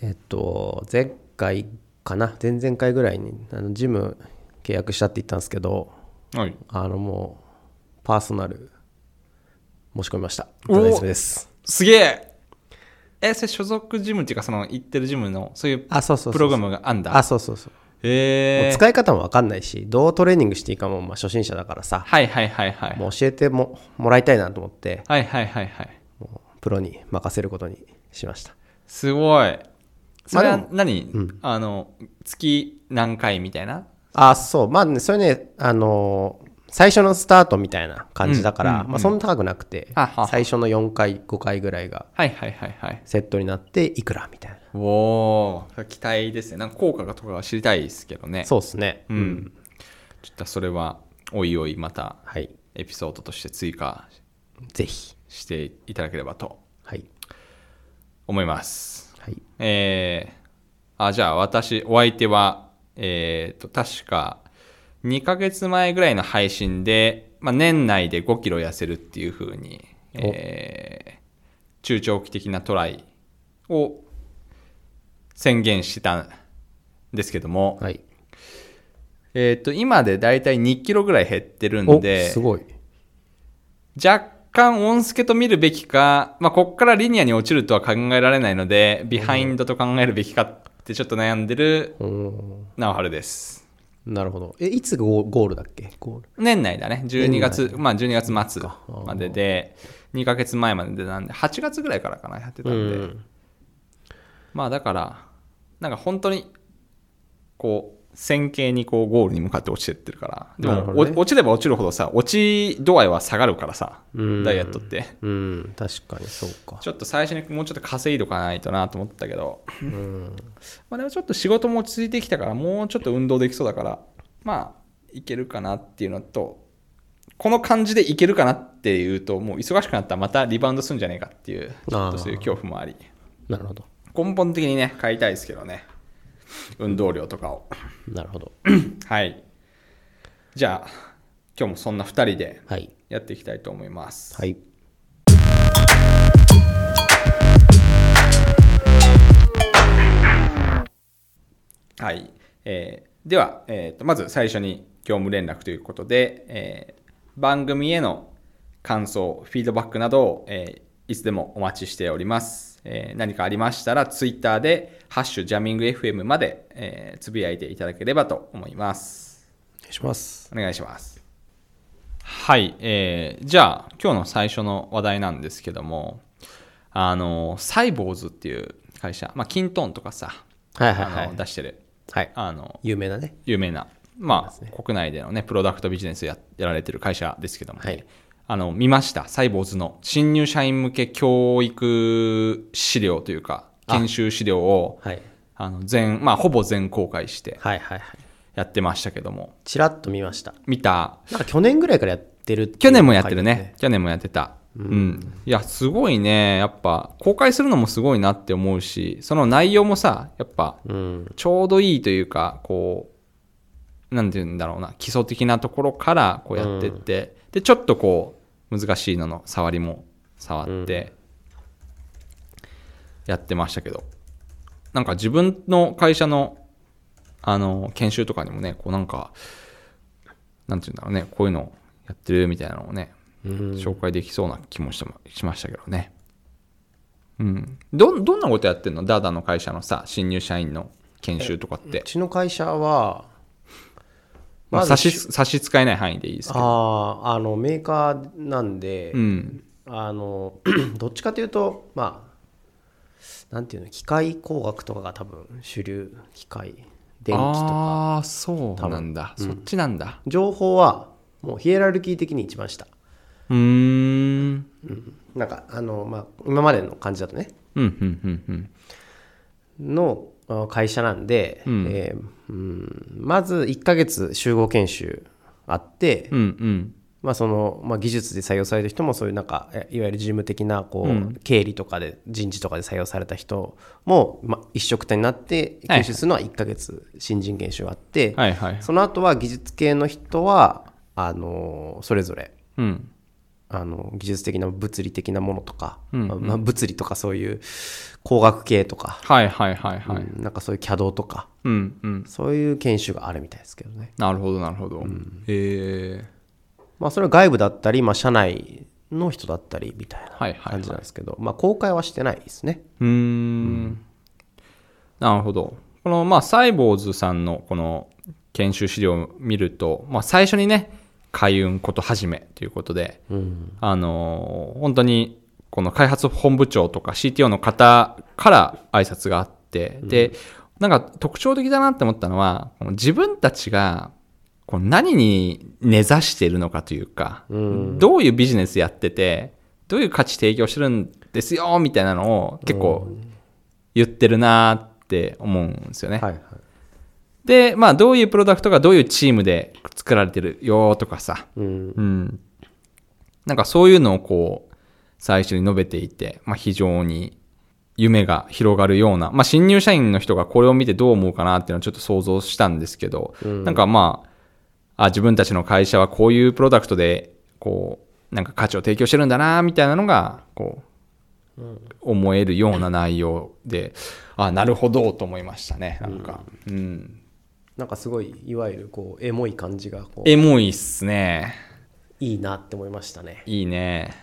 えっと前回かな前々回ぐらいにあのジム契約したって言ったんですけどはい。あのもうパーソナル申し込みましたお大丈夫ですすげええ、それ所属ジムっていうか、その行ってるジムの、そういうあそうそうそうプログラムがあんだ。あそうそうそう、もへうえ。使い方も分かんないしどうトレーニングしていいかも、まあ、初心者だからさはいはいはいはい。もう教えてももらいたいなと思ってはいはいはいはい。もうプロに任せることにしましたすごい。それまあはで何、あの、月何回みたいなあそうまあねそれねあのー最初のスタートみたいな感じだから、うんうんうんまあ、そんな高くなくてははは最初の4回5回ぐらいがはいはいはいはい。セットになっていくらみたいなおお期待ですね。なんか効果がとかは知りたいですけどね。そうですねうん。ちょっとそれは、おいおいまたはいエピソードとして追加ぜひしていただければとはい思います。はいえーあじゃあ私、お相手は、えーと、確か2ヶ月前ぐらいの配信で、まあ、年内で5キロ痩せるっていう風に、おえー中長期的なトライを宣言してたんですけども、はいえーと、今でだいたい2キロぐらい減ってるんで、すごい若干音助と見るべきか、まあ、こっからリニアに落ちるとは考えられないので、ビハインドと考えるべきかってちょっと悩んでるうーん直春です。なるほどえいつゴーゴールだっけゴール年内だね。12月、まあ12月末あーまでで、2ヶ月前まででなんで、8月ぐらいからかな、やってたんで。うんまあだから、なんか本当に、こう、線形にこうゴールに向かって落ちてってるから。でなるほも、どねお落ちれば落ちるほどさ、落ち度合いは下がるからさ、うんダイエットって。うん確かにそうかちょっと最初にもうちょっと稼いどかないとなと思ったけど、うんまあ、でもちょっと仕事も落ち着いてきたからもうちょっと運動できそうだからまあいけるかなっていうのとこの感じでいけるかなっていうともう忙しくなったらまたリバウンドするんじゃねえかっていうちょっとそういう恐怖もありなるほど根本的にね買いたいですけどね運動量とかをなるほどはいじゃあ今日もそんな2人ではいやっていきたいと思いますはいはい。えーでは、えーと、まず最初に業務連絡ということで、えー番組への感想、フィードバックなどを、えーいつでもお待ちしております。えー何かありましたら、ツイッターで、ハッシュジャミング FM まで、えーつぶやいていただければと思います。お願いしますお願いします。はい。えーじゃあ、今日の最初の話題なんですけども、あの、サイボーズっていう会社、まあ、キントーンとかさ、はいはいはあのい出してる、はいあの、有名だね有名な、まあ、国内でのね、プロダクトビジネスややられてる会社ですけども、はいあの、見ました、サイボーズの新入社員向け教育資料というか、研修資料を、はいあの全、まあ、ほぼ全公開してはいはいはいやってましたけども、ちらっと見ました見た、なんか去年ぐらいからやってるっていう去年もやってるね、書いて去年もやってた。うん、いやすごいねやっぱ公開するのもすごいなって思うしその内容もさやっぱあるうんちょうどいいというか、こう、なんて言うんだろうな、基礎的なところからこうやってって、で、ちょっとこう、難しいのの触りも触って、やってましたけど、なんか自分の会社の、あの、研修とかにもね、こうなんか、なんて言うんだろうね、こういうのやってるみたいなのをね、うん紹介できそうな気もしましましたけどね。うん。ど、どんなことやってんのダダの会社のさ、新入社員の研修とかっうて。ちの会社はまあ、ず差し、差し支えない範囲でいいですけど。あーあのメーカーなんで、うん。あの どっちかというとまあなんていうの機械工学とかが多分主流機械電気とかああ、そうなんだ。そっちなんだ。情報はもうヒエラルキー的に一番下うーん。なんかあのまあ今までの感じだとねうん、うん、うん、うん。のあ会社なんで、うんえーうんまず1ヶ月集合研修あって、うん、うん。まあそのまあ、技術で採用された人もそういうなんかえいわゆる事務的なこう、うん経理とかで人事とかで採用された人も、まあ、一緒くたになってはい研修するのは1ヶ月新人研修があって、はい、はい。その後は技術系の人はあのーそれぞれうん。あの技術的な物理的なものとか、うんうんまあ、物理とかそういう工学系とか、はいはいはいはい。うんなんかそういう CAD とかうんうん。そういう研修があるみたいですけどねなるほどなるほど。えーまあそれは外部だったり、まあ、社内の人だったりみたいはいなはいはい感じなんですけど、まあ公開はしてないですねうーんなるほど。この、まあ、サイボーズさんのこの研修資料を見ると、まあ、最初にね、開運こと始めということで、うんあのー本当にこの開発本部長とか CTO の方から挨拶があって、で、なんか特徴的だなって思ったのは、この自分たちがこう何に根ざしているのかというか、うんどういうビジネスやってて、どういう価値提供してるんですよみたいなのを結構言ってるなって思うんですよね。はいはいで、まあどういうプロダクトがどういうチームで作られてるよとかさ、うんうん。なんかそういうのをこう、最初に述べていて、まあ非常に夢が広がるような、まあ新入社員の人がこれを見てどう思うかなっていうのをちょっと想像したんですけど、なんかまあ、あ、自分たちの会社はこういうプロダクトで、こう、なんか価値を提供してるんだな、みたいなのが、こう、思えるような内容で、あ、なるほどと思いましたね、なんか。うん。なんかすごいいわゆるこうエモい感じがこうエモいっすね。いいなって思いましたねいいね。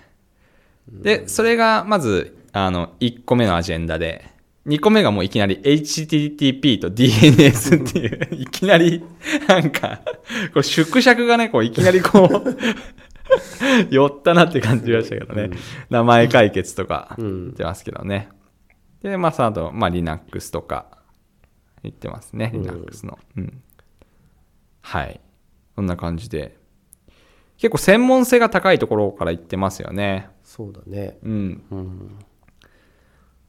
で、それがまず、あの、1個目のアジェンダで、2個目がもういきなり HTTP と DNS っていう、いきなり、なんか、これ縮尺がね、こういきなりこう、寄ったなって感じがしたけどね。名前解決とか言ってますけどね。で、まあ、その後、まあ、Linux とか言ってますね、Linux の。うん。はい。そんな感じで。結構専門性が高いところから言ってますよね。そうだねうん。うん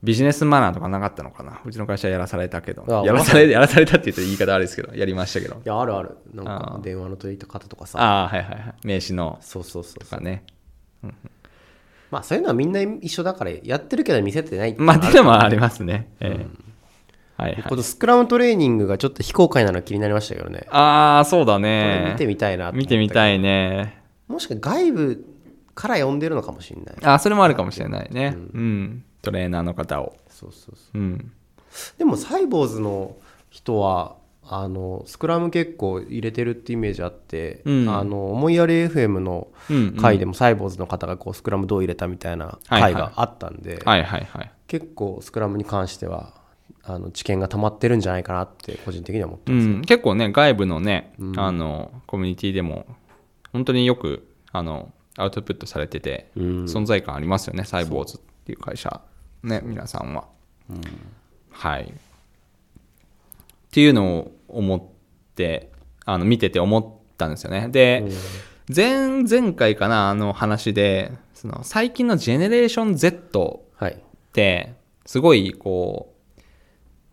ビジネスマナーとかなかったのかなうちの会社やらされたけどあ。やらされ、やらされたって言うと言い方あれですけど、やりましたけどい。やあるあるなんあかー電話の取り方とかさああ、はいはいはい。名刺のそうそうそうとかね。まあそういうのはみんな一緒だからやってるけど見せてないっていうのまあ、はっていうのもありますね。ええはいはこい。のスクラムトレーニングがちょっと非公開なの気になりましたけどね。ああ、そうだこねれ。見てみたいなと思っ見たけてどみたいね。もしか外部から呼んでるのかもしれない。ああ、それもあるかもしれないね。うん。トレーナーの方を。そうそうそうん。う。でもサイボーズの人は、あの、スクラム結構入れてるってイメージあって、うんあの、思いやり FM のうん、うん。回でもサイボーズの方がこうスクラムどう入れたみたいなは回いはいがあったんで、はいはいはい。結構スクラムに関しては、あの、知見が溜まってるんじゃないかなって個人的には思ってうます。ん、結構ね外部のね、あのコミュニティでも本当によくあのアウトプットされてて、うん存在感ありますよねサイボーズっていう会社ね皆さんは、はいっていうのを思ってあの見てて思ったんですよねで、前前回かなあの話でその最近のジェネレーション z はい。ってすごいこう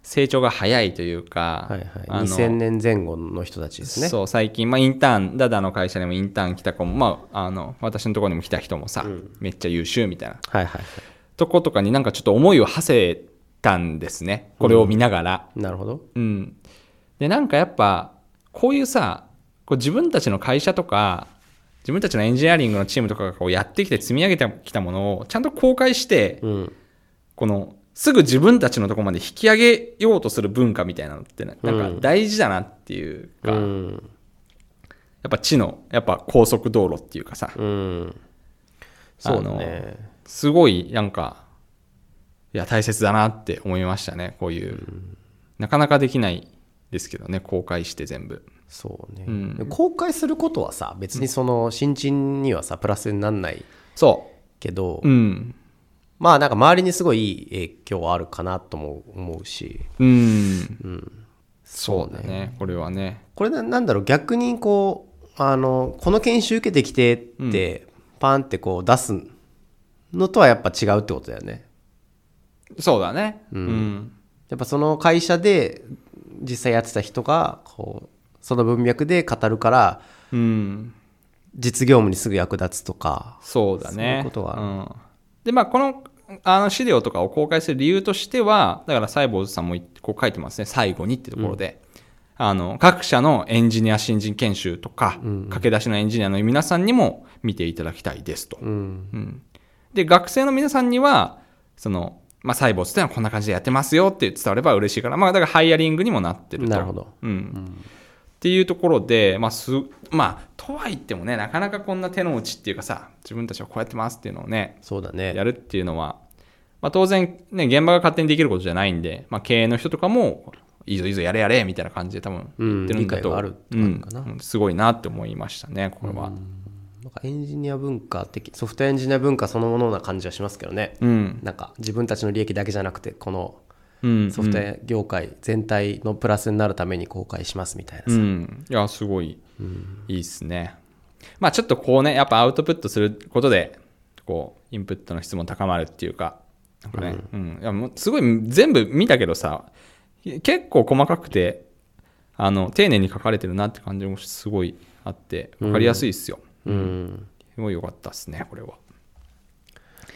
成長が早いというか、はいはあい。の2000年前後の人たちですね。そう最近、まあ、インターンダダの会社にもインターン来た子も、まあ、あの私のところにも来た人もさ、めっちゃ優秀みたいなはいはいはい。とことかになんかちょっと思いを馳せたんですねこれを見ながら、なるほど。うんでなんかやっぱこういうさこう自分たちの会社とか自分たちのエンジニアリングのチームとかがこうやってきて積み上げてきたものをちゃんと公開して、うん。このすぐ自分たちのとこまで引き上げようとする文化みたいなのってななんか大事だなっていうか、うん。やっぱ地の、やっぱ高速道路っていうかさ、うん。そうだね。すごいなんか、いや、大切だなって思いましたね、こういう。なかなかできないですけどね、公開して全部。そうね、うんで公開することはさ別にその新人にはさプラスになんないそけど、う。うん。まあなんか周りにすごいいい影響はあるかなとも思うしうん。そうだね、これはね。これななんだろう逆にこうあのこの研修受けてきてって、パンってこう出すのとはやっぱ違うってことだよねそうだね。うん。やっぱその会社で実際やってた人がこうその文脈で語るからうん。実業務にすぐ役立つとかそうだね。そういうことはうん、で、まあ、この、あの資料とかを公開する理由としては、だからサイボーズさんもいこう書いてますね、最後にってところで、あの、各社のエンジニア新人研修とか、駆け出しのエンジニアの皆さんにも見ていただきたいですと。うんうんで、学生の皆さんには、その、まあ、サイボーズってのはこんな感じでやってますよって伝われば嬉しいから、まあ、だからハイアリングにもなってると。なるほどうん。っていうところで、まあ、す、まあ、とはいってもね、なかなかこんな手の内っていうかさ、自分たちはこうやってますっていうのをね、そうだねやるっていうのは、まあ、当然、ね、現場が勝手にできることじゃないんで、まあ、経営の人とかも、いいぞいいぞやれやれみたいな感じで多分言ってるんだと、うん理解があるってことかなうんうんすごいなって思いましたね、これは。なんかエンジニア文化的ソフトウェアエンジニア文化そのものな感じはしますけどねうん。なんか自分たちの利益だけじゃなくてこのうん。ソフトウェア業界全体のプラスになるために公開しますみたいなうさ、ん、いやすごい、いいっすねまあちょっとこうねやっぱアウトプットすることでこうインプットの質も高まるっていうかなんかね、うんいやもうすごい全部見たけどさ結構細かくてあの丁寧に書かれてるなって感じもすごいあって分かりやすいっすよ、うんすごい良かったっすねこれは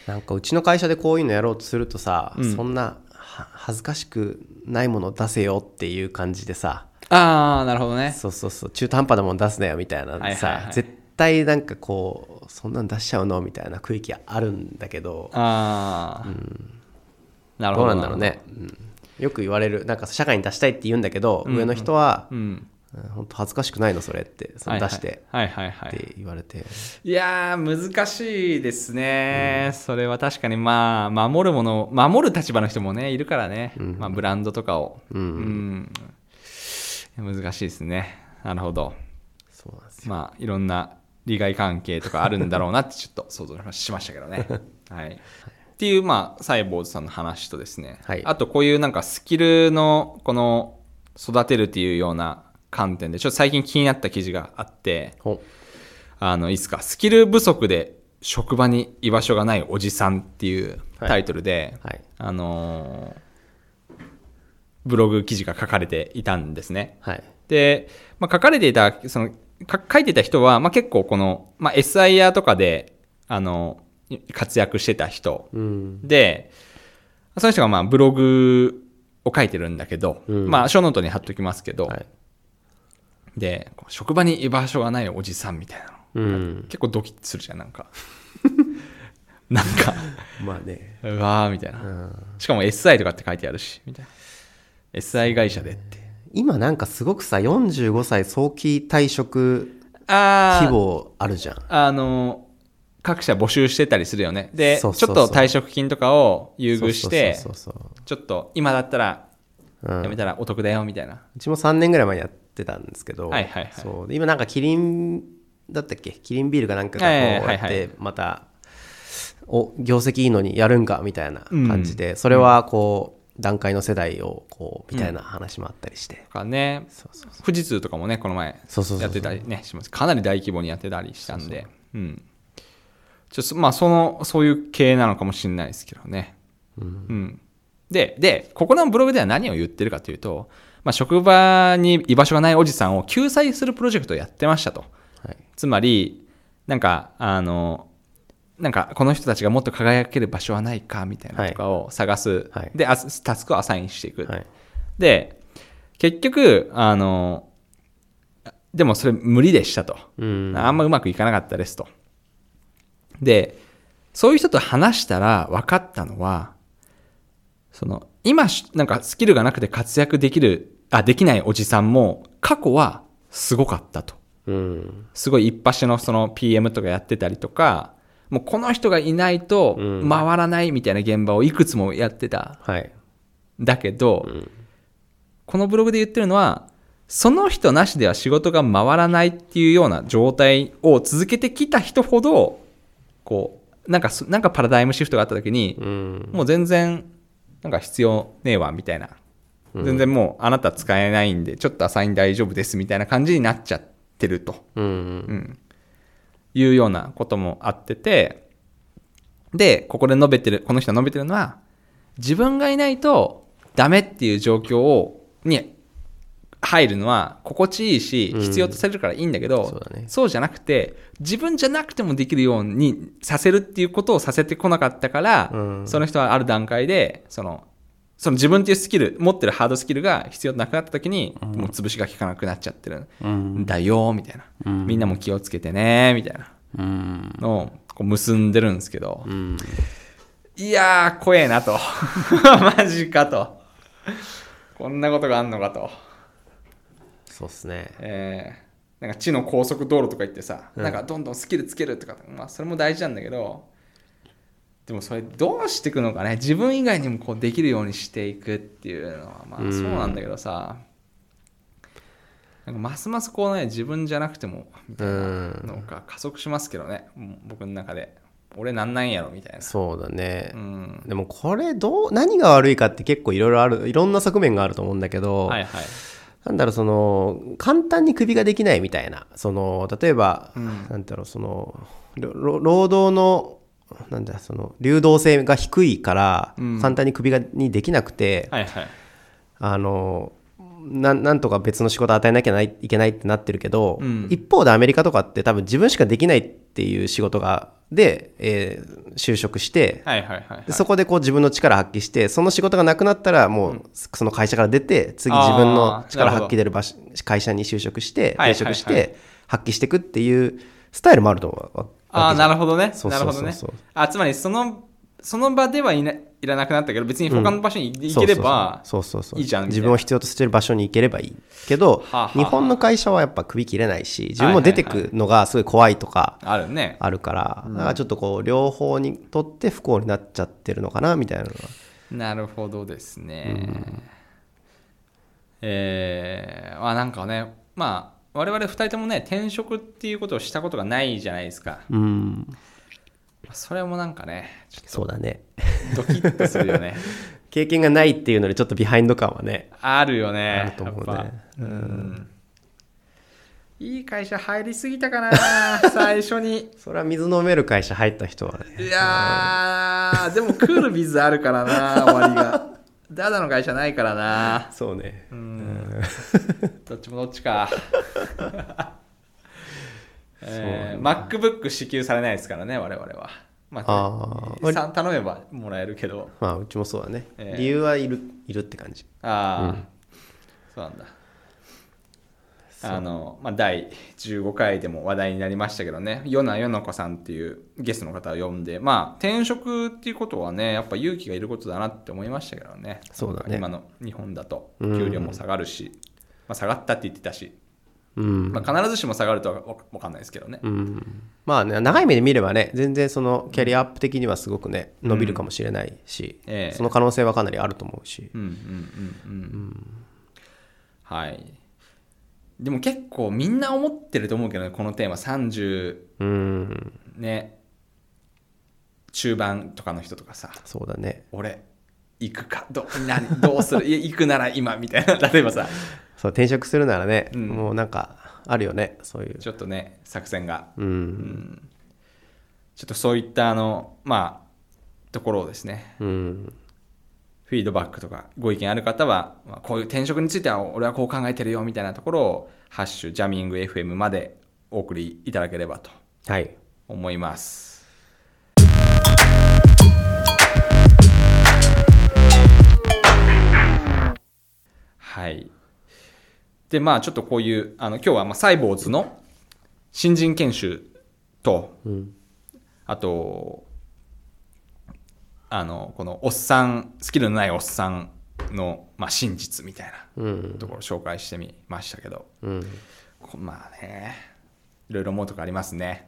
なんかうちの会社でこういうのやろうとするとさ、うんそんなは恥ずかしくないものを出せよっていう感じでさああなるほどねそうそうそう中途半端なもの出すなよみたいなさ、はいはいはい絶対なんかこうそんなん出しちゃうのみたいな空気あるんだけどああ、なるどうほどなんだろうね、うんよく言われるなんか社会に出したいって言うんだけど、上の人はう、んうん本当恥ずかしくないのそれってその出してはいはいはいはいはいって言われて、いやー難しいですね、それは確かにまあ守るもの守る立場の人もねいるからね、まあ、ブランドとかを、うん難しいですねなるほどそうなんですよまあいろんな利害関係とかあるんだろうなってちょっと想像しましたけどねはいっていうまあサイボーズさんの話とですね、はいあとこういうなんかスキルのこの育てるっていうような観点でちょっと最近気になった記事があってほあの、いいっすか、スキル不足で職場に居場所がないおじさんっていうタイトルで、はいあのーブログ記事が書かれていたんですね。はいで、まあ、書かれていた、その、か書いてた人は、まあ、結構この、まあ、SIR とかで、あの、活躍してた人うんで、その人がまあブログを書いてるんだけど、うんまあ、ショーノートに貼っときますけど、はいで、こう職場に居場所がないおじさんみたいなの。うん結構ドキッとするじゃんなんか なんかまあねうわーみたいな、しかも SI とかって書いてあるしみたいな SI 会社でって今なんかすごくさ45歳早期退職あ希ー望あるじゃんあの各社募集してたりするよねでそうそうそうちょっと退職金とかを優遇してそうそうそうそうちょっと今だったらうんやめたらお得だよみたいな、うちも3年ぐらい前にやってたんですけど、はいはいはいそうで今なんかキリンだったっけキリンビールかなんかがこうええやって、はいはいまたお業績いいのにやるんかみたいな感じで、それはこう段階の世代をこうみたいな話もあったりして、とかねそうそう富士通とかもねこの前そうそうそうそうやってたりねしますかなり大規模にやってたりしたんでうんちょっとまあそのそういう系なのかもしれないですけどねうん、ででここのブログでは何を言ってるかというと、まあ、職場に居場所がないおじさんを救済するプロジェクトをやってましたとはいつまりなんかあのなんかこの人たちがもっと輝ける場所はないかみたいなとかを探す、はいであタスクをアサインしていく、はいで結局あのでもそれ無理でしたと、うんあんまうまくいかなかったですとでそういう人と話したら分かったのはその今しなんかスキルがなくて活躍できるあできないおじさんも過去はすごかったとうんすごい一発のその PM とかやってたりとかもうこの人がいないとうん回らないみたいな現場をいくつもやってた、はいだけど、このブログで言ってるのはその人なしでは仕事が回らないっていうような状態を続けてきた人ほどこうなんかそなんかパラダイムシフトがあった時に、うんもう全然なんか必要ねえわみたいな全然もうあなた使えないんでちょっとアサイン大丈夫ですみたいな感じになっちゃってるとうんうん、いうようなこともあっててでここで述べてるこの人が述べてるのは自分がいないとダメっていう状況をに入るのは心地いいしうん必要とされるからいいんだけど、そうだねじゃなくて自分じゃなくてもできるようにさせるっていうことをさせてこなかったから、うんその人はある段階でそのその自分っていうスキル持ってるハードスキルが必要なくなった時に、もう潰しが効かなくなっちゃってるんだよみたいな、みんなも気をつけてねみたいなうんのをこう結んでるんですけど、うんいやー怖えなと マジかとこんなことがあんのかとそうっすねえーなんか地の高速道路とか行ってさ、なんかどんどんスキルつけるとか、まあ、それも大事なんだけどでもそれどうしていくのかね自分以外にもこうできるようにしていくっていうのはまあうんそうなんだけどさ、なんかますますこうね自分じゃなくてもみたいなのが加速しますけどね、もう僕の中で俺なんなんやろみたいなそうだねう、んでもこれどう何が悪いかって結構いろいろあるいろんな側面があると思うんだけど、はいはいなんだろうその簡単に首ができないみたいなその例えば、うんなんだろうそのろろ労働のなんだその流動性が低いからうん簡単に首がにできなくて、はいはいあのなんなんとか別の仕事与えなきゃないいけないってなってるけど、うん一方でアメリカとかって多分自分しかできないっていう仕事がで、えー就職して、はいはいはいはいでそこでこう自分の力発揮してその仕事がなくなったらもうその会社から出て次自分の力発揮出る場所会社に就職してはい転職しはいはて発揮していくっていうスタイルもあると思うわああわけじゃんなるほどねそうなそうるそうほそどうねあつまりそのその場ではいないらなくなったけど別に他の場所に行行そうければそうそうそういいじゃんみたいな自分を必要としてる場所に行ければいいけどはあはあ日本の会社はやっぱ首切れないし自分も出てくのがすごい怖いとかあるねあるからだからちょっとこう両方にとって不幸になっちゃってるのかなみたいなのはなるほどですね、えーまあなんかねまあ我々2人ともね転職っていうことをしたことがないじゃないですかうんそれもなんかねちょそうだねっとドキッとする よね経験がないっていうのでちょっとビハインド感はねあるよねあると思うやっねぱうんいい会社入りすぎたかな最初にそれは水飲める会社入った人はねいやー、でもクールビズあるからな、終わりが。ダダの会社ないからな。そうねうん。どっちもどっち か。えー MacBook 支給されないですからね、我々は。まああ、さん頼めばもらえるけど。まあうちもそうだね、えー理由はいるいるって感じああ、そうなんだ。あのまあ、第15回でも話題になりましたけどね、ヨナヨナコさんっていうゲストの方を呼んで、まあ、転職っていうことはね、やっぱ勇気がいることだなって思いましたけどね、そうだね今の日本だと、うん給料も下がるし、まあ、下がったって言ってたし、うんまあ、必ずしも下がるとはわわかんないですけどね、うんまあね長い目で見ればね全然そのキャリアアップ的にはすごくね伸びるかもしれないし、ええその可能性はかなりあると思うし、うんうんうんうん、はいでも結構みんな思ってると思うけどねこのテーマ30うんね中盤とかの人とかさそうだね俺行くかどなどうするいや行くなら今みたいな例えばさそう転職するならね、うんもうなんかあるよねそういうちょっとね作戦がううんんちょっとそういったあのまあところをですねうんフィードバックとかご意見ある方は、まあ、こういう転職については俺はこう考えてるよみたいなところを「ハッシュジャミング FM」までお送りいただければとはい思います。はい。で、まあちょっとこういう、あの今日はまあサイボーズの新人研修と、うんあと、あの、このおっさん、スキルのないおっさんの、まあ、真実みたいうんなところを紹介してみましたけど、うんこまあね、いろいろ思うとこありますね。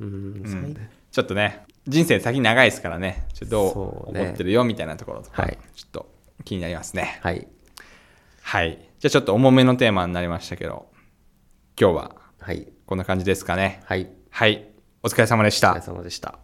うん、うんちょっとね人生先長いですからねちょっとどそううね思ってるよみたいなところとか、はいちょっと気になりますねはいはいじゃあちょっと重めのテーマになりましたけど今日ははいこんな感じですかねはいはいお疲れ様でしお疲たれ様でした